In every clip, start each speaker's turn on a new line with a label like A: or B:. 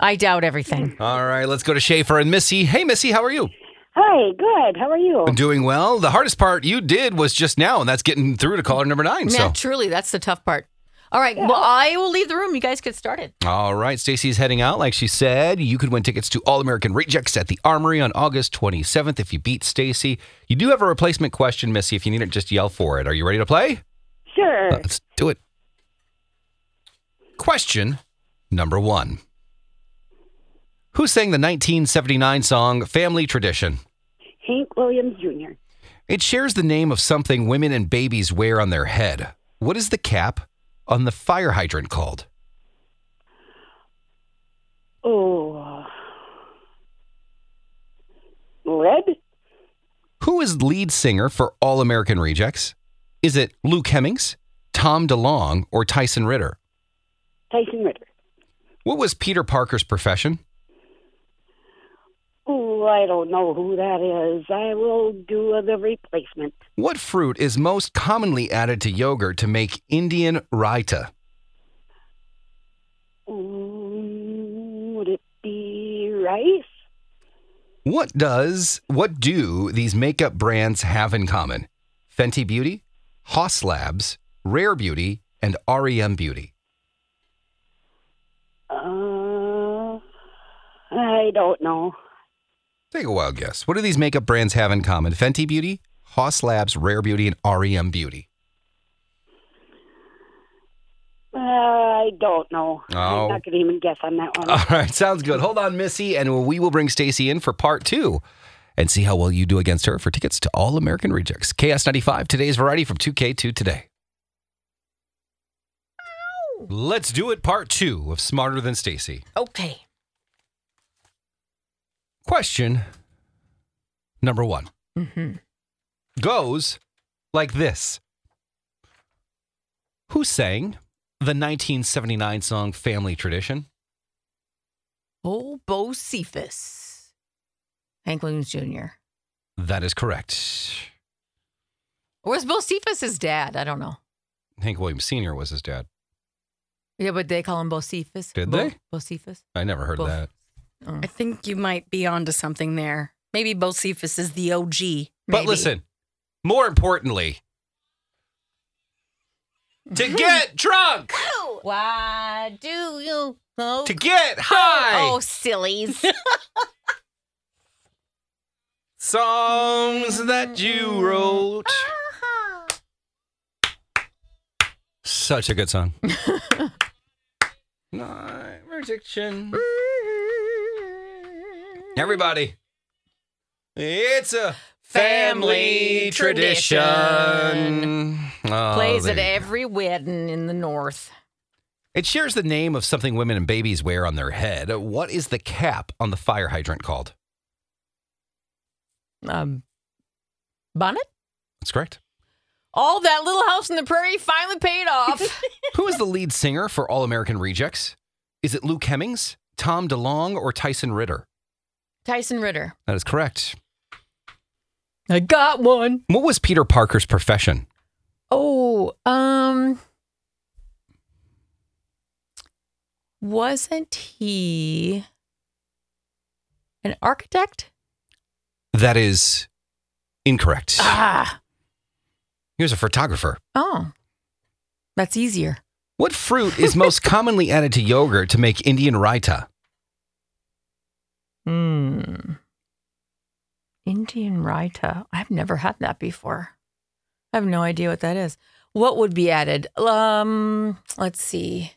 A: I doubt everything.
B: All right, let's go to Schaefer and Missy. Hey, Missy, how are you?
C: Hi, good. How are you?
B: Doing well. The hardest part you did was just now, and that's getting through to caller number nine.
A: Yeah,
B: Mm, So,
A: truly, that's the tough part. All right, well, I will leave the room. You guys get started.
B: all right, Stacy's heading out. Like she said, you could win tickets to All American Rejects at the Armory on August 27th if you beat Stacy. You do have a replacement question, Missy. If you need it, just yell for it. Are you ready to play?
C: Sure.
B: Let's do it. Question number one Who sang the 1979 song Family Tradition?
C: Hank Williams Jr.
B: It shares the name of something women and babies wear on their head. What is the cap on the fire hydrant called?
C: Oh. Red?
B: Who is lead singer for All American Rejects? Is it Luke Hemmings, Tom DeLong, or Tyson Ritter?
C: Tyson Ritter.
B: What was Peter Parker's profession?
C: Oh, I don't know who that is. I will do the replacement.
B: What fruit is most commonly added to yogurt to make Indian raita?
C: Ooh, would it be rice?
B: What does what do these makeup brands have in common? Fenty Beauty, Hoss Labs, Rare Beauty, and REM Beauty.
C: Uh, I don't know.
B: Take a wild guess. What do these makeup brands have in common? Fenty Beauty, Hoss Labs, Rare Beauty, and REM Beauty.
C: Uh, I don't know.
B: Oh.
C: I'm not going to even guess on that one.
B: All right, sounds good. Hold on, Missy, and we will bring Stacy in for part two and see how well you do against her for tickets to All American Rejects. KS95, today's variety from 2K to today. Let's do it, part two of Smarter Than Stacy.
A: Okay.
B: Question number one
A: Mm-hmm.
B: goes like this Who sang the 1979 song Family Tradition?
A: Oh, Bo Cephas. Hank Williams Jr.
B: That is correct.
A: Or was Bo Cephas his dad? I don't know.
B: Hank Williams Sr. was his dad.
A: Yeah, but they call him Bo Cephas.
B: Did
A: Bo,
B: they?
A: Bo Cephas.
B: I never heard
A: Bo-
B: of that.
A: Oh,
D: I think you might be onto something there. Maybe Bo Cephas is the OG.
B: But
A: maybe.
B: listen, more importantly,
A: Mm-hmm.
B: to get drunk,
A: Why do you know?
B: to get high.
A: Oh, sillies.
B: Songs that you wrote.
A: Mm.
B: Such a good song. My Addiction. Everybody. It's a family
A: Family
B: tradition.
A: tradition.
B: Oh,
A: Plays
B: there
A: at
B: you go.
A: every wedding in the north.
B: It shares the name of something women and babies wear on their head. What is the cap on the fire hydrant called?
A: Um, bonnet?
B: That's correct.
A: All that little house in the prairie finally paid off.
B: Who is the lead singer for All American Rejects? Is it Luke Hemmings, Tom DeLong, or Tyson Ritter?
A: Tyson Ritter.
B: That is correct.
A: I got one.
B: What was Peter Parker's profession?
A: Oh, um, wasn't he an architect?
B: That is incorrect.
A: Ah,
B: He was a photographer.
A: oh, that's easier.
B: What fruit is most commonly added to yogurt to make Indian raita?
A: Hmm. Indian raita. I've never had that before. I have no idea what that is. What would be added? Um, let's see.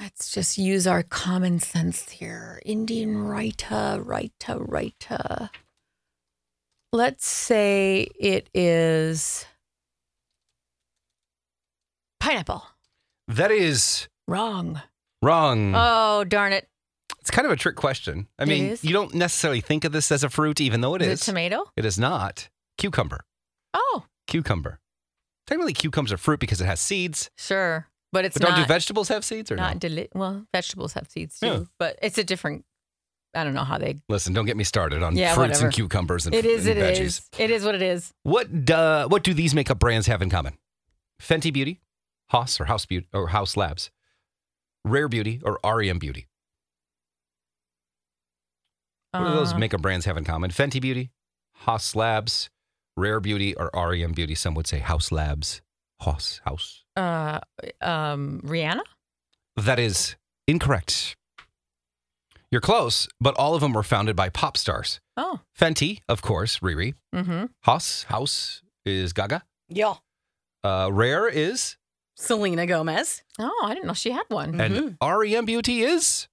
A: Let's just use our common sense here. Indian raita, raita, raita. Let's say it is pineapple.
B: That is
A: Wrong.
B: wrong.
A: Oh, darn it.
B: it's kind of a trick question. I
A: It
B: mean,
A: is?
B: you don't necessarily think of this as a fruit, even though it
A: is
B: is.
A: it tomato?
B: It is not. Cucumber.
A: Oh,
B: Cucumber. Technically, cucumbers are fruit because it has seeds.
A: sure. But it's
B: But don't
A: not
B: do vegetables have seeds or
A: not
B: no?
A: deli- well vegetables have seeds too
B: Yeah.
A: but it's a different i don't know how they
B: Listen, don't get me started on
A: Yeah,
B: fruits
A: whatever.
B: and cucumbers and,
A: it is
B: and
A: It is.
B: veggies.
A: it is what it is
B: What do, what do these makeup brands have in common? Fenty Beauty, Hoss or House E Beauty or House Labs, Rare Beauty or REM Beauty. What do those
A: Uh,
B: makeup brands have in common? Fenty Beauty, Haas Labs, Rare Beauty, or REM Beauty. Some would say House Labs. Haas, House.
A: uh, um, Rihanna?
B: That is incorrect. You're close, but all of them were founded by pop stars.
A: Oh,
B: Fenty, of course, Riri.
A: mm-hmm.
B: Haas, House is Gaga.
D: Yeah.
B: Uh, Rare is,
D: Selena Gomez.
A: Oh, I didn't know she had one.
B: and REM Beauty is.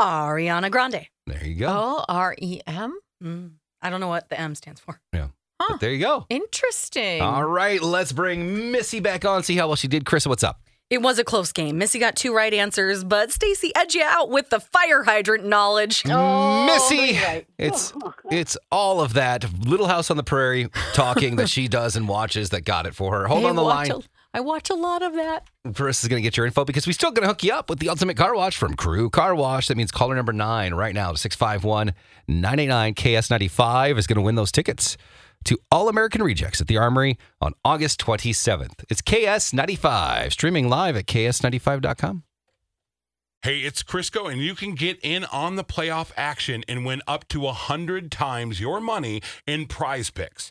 D: Ariana Grande.
B: There you go.
A: O R E M.
D: Mm. I don't know what the M stands for.
A: huh.
B: But there you go.
A: Interesting.
B: All right, let's bring Missy back on, see how well she did. Chris, what's up?
D: It was a close game. Missy got two right answers, but Stacy edged you out with the fire hydrant knowledge.
A: Oh,
B: Missy, it's
C: Oh,
B: it's all of that Little House on the Prairie talking that she does and watches that got it for her. Hold
A: I
B: on the
A: watch
B: line.
A: a- I watch a lot of that.
B: Chris is going to get your info because we still going to hook you up with the ultimate car wash from Crew Car Wash. That means caller number nine right now, 651 989 KS95 is going to win those tickets to All American Rejects at the Armory on August 27th. It's KS95, streaming live at KS95.com.
E: Hey, it's Crisco, and you can get in on the playoff action and win up to 100 times your money in prize picks.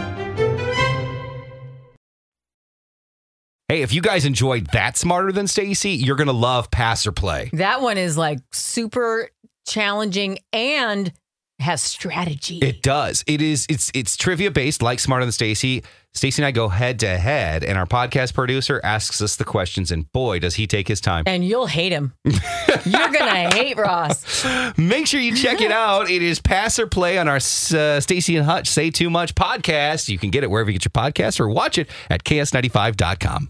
B: Hey, if you guys enjoyed that smarter than Stacy, you're going to love pass or play.
A: That one is like super challenging and has strategy.
B: It does. It is it's it's trivia based like smarter than Stacy. Stacy and I go head to head and our podcast producer asks us the questions and boy does he take his time.
A: and you'll hate him. You're gonna hate Ross.
B: Make sure you check it out. It is Pass or Play on our uh, Stacy and Hutch Say Too Much podcast. You can get it wherever you get your podcast or watch it at ks95.com.